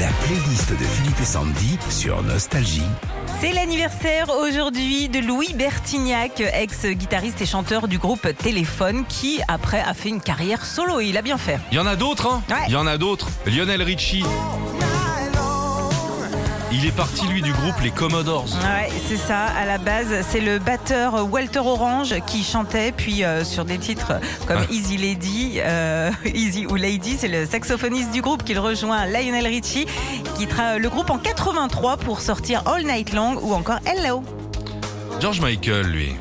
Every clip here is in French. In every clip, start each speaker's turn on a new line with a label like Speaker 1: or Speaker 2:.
Speaker 1: La playlist de Philippe et Sandy sur Nostalgie.
Speaker 2: C'est l'anniversaire aujourd'hui de Louis Bertignac, ex-guitariste et chanteur du groupe Téléphone, qui après a fait une carrière solo. Il a bien fait.
Speaker 3: Il y en a d'autres, hein
Speaker 2: Ouais.
Speaker 3: Il y en a d'autres. Lionel Richie. Il est parti, lui, du groupe Les Commodores.
Speaker 2: Ouais, c'est ça. À la base, c'est le batteur Walter Orange qui chantait, puis euh, sur des titres comme
Speaker 3: Ah.
Speaker 2: Easy Lady, euh, Easy ou Lady, c'est le saxophoniste du groupe qui le rejoint, Lionel Richie, qui quittera le groupe en 83 pour sortir All Night Long ou encore Hello.
Speaker 3: George Michael, lui.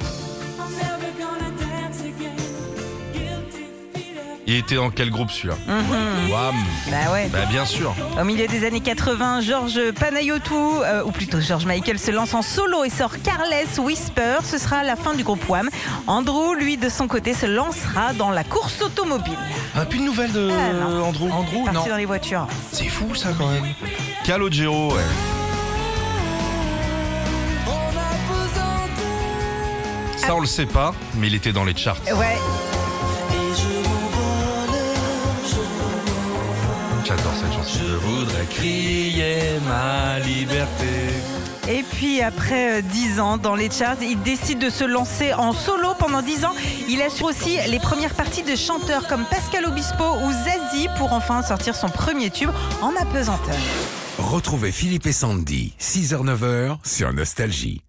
Speaker 3: Il était dans quel groupe, celui-là Wham
Speaker 2: Bah ouais.
Speaker 3: Bah, bien sûr.
Speaker 2: Au milieu des années 80, Georges Panayotou, euh, ou plutôt Georges Michael, se lance en solo et sort Carless Whisper. Ce sera la fin du groupe Wham. Andrew, lui, de son côté, se lancera dans la course automobile.
Speaker 3: Ah, plus de nouvelles de
Speaker 2: Ah, non.
Speaker 3: Andrew
Speaker 2: Il est parti dans les voitures.
Speaker 3: C'est fou, ça, quand même. Calogero, ouais. Ça, on le sait pas, mais il était dans les charts.
Speaker 2: Ouais,
Speaker 3: J'adore cette chanson. Je voudrais crier ma liberté.
Speaker 2: Et puis après euh, 10 ans dans les charts, il décide de se lancer en solo pendant 10 ans. Il assure aussi les premières parties de chanteurs comme Pascal Obispo ou Zazie pour enfin sortir son premier tube en apesanteur.
Speaker 1: Retrouvez Philippe et Sandy, 6h-9h sur Nostalgie.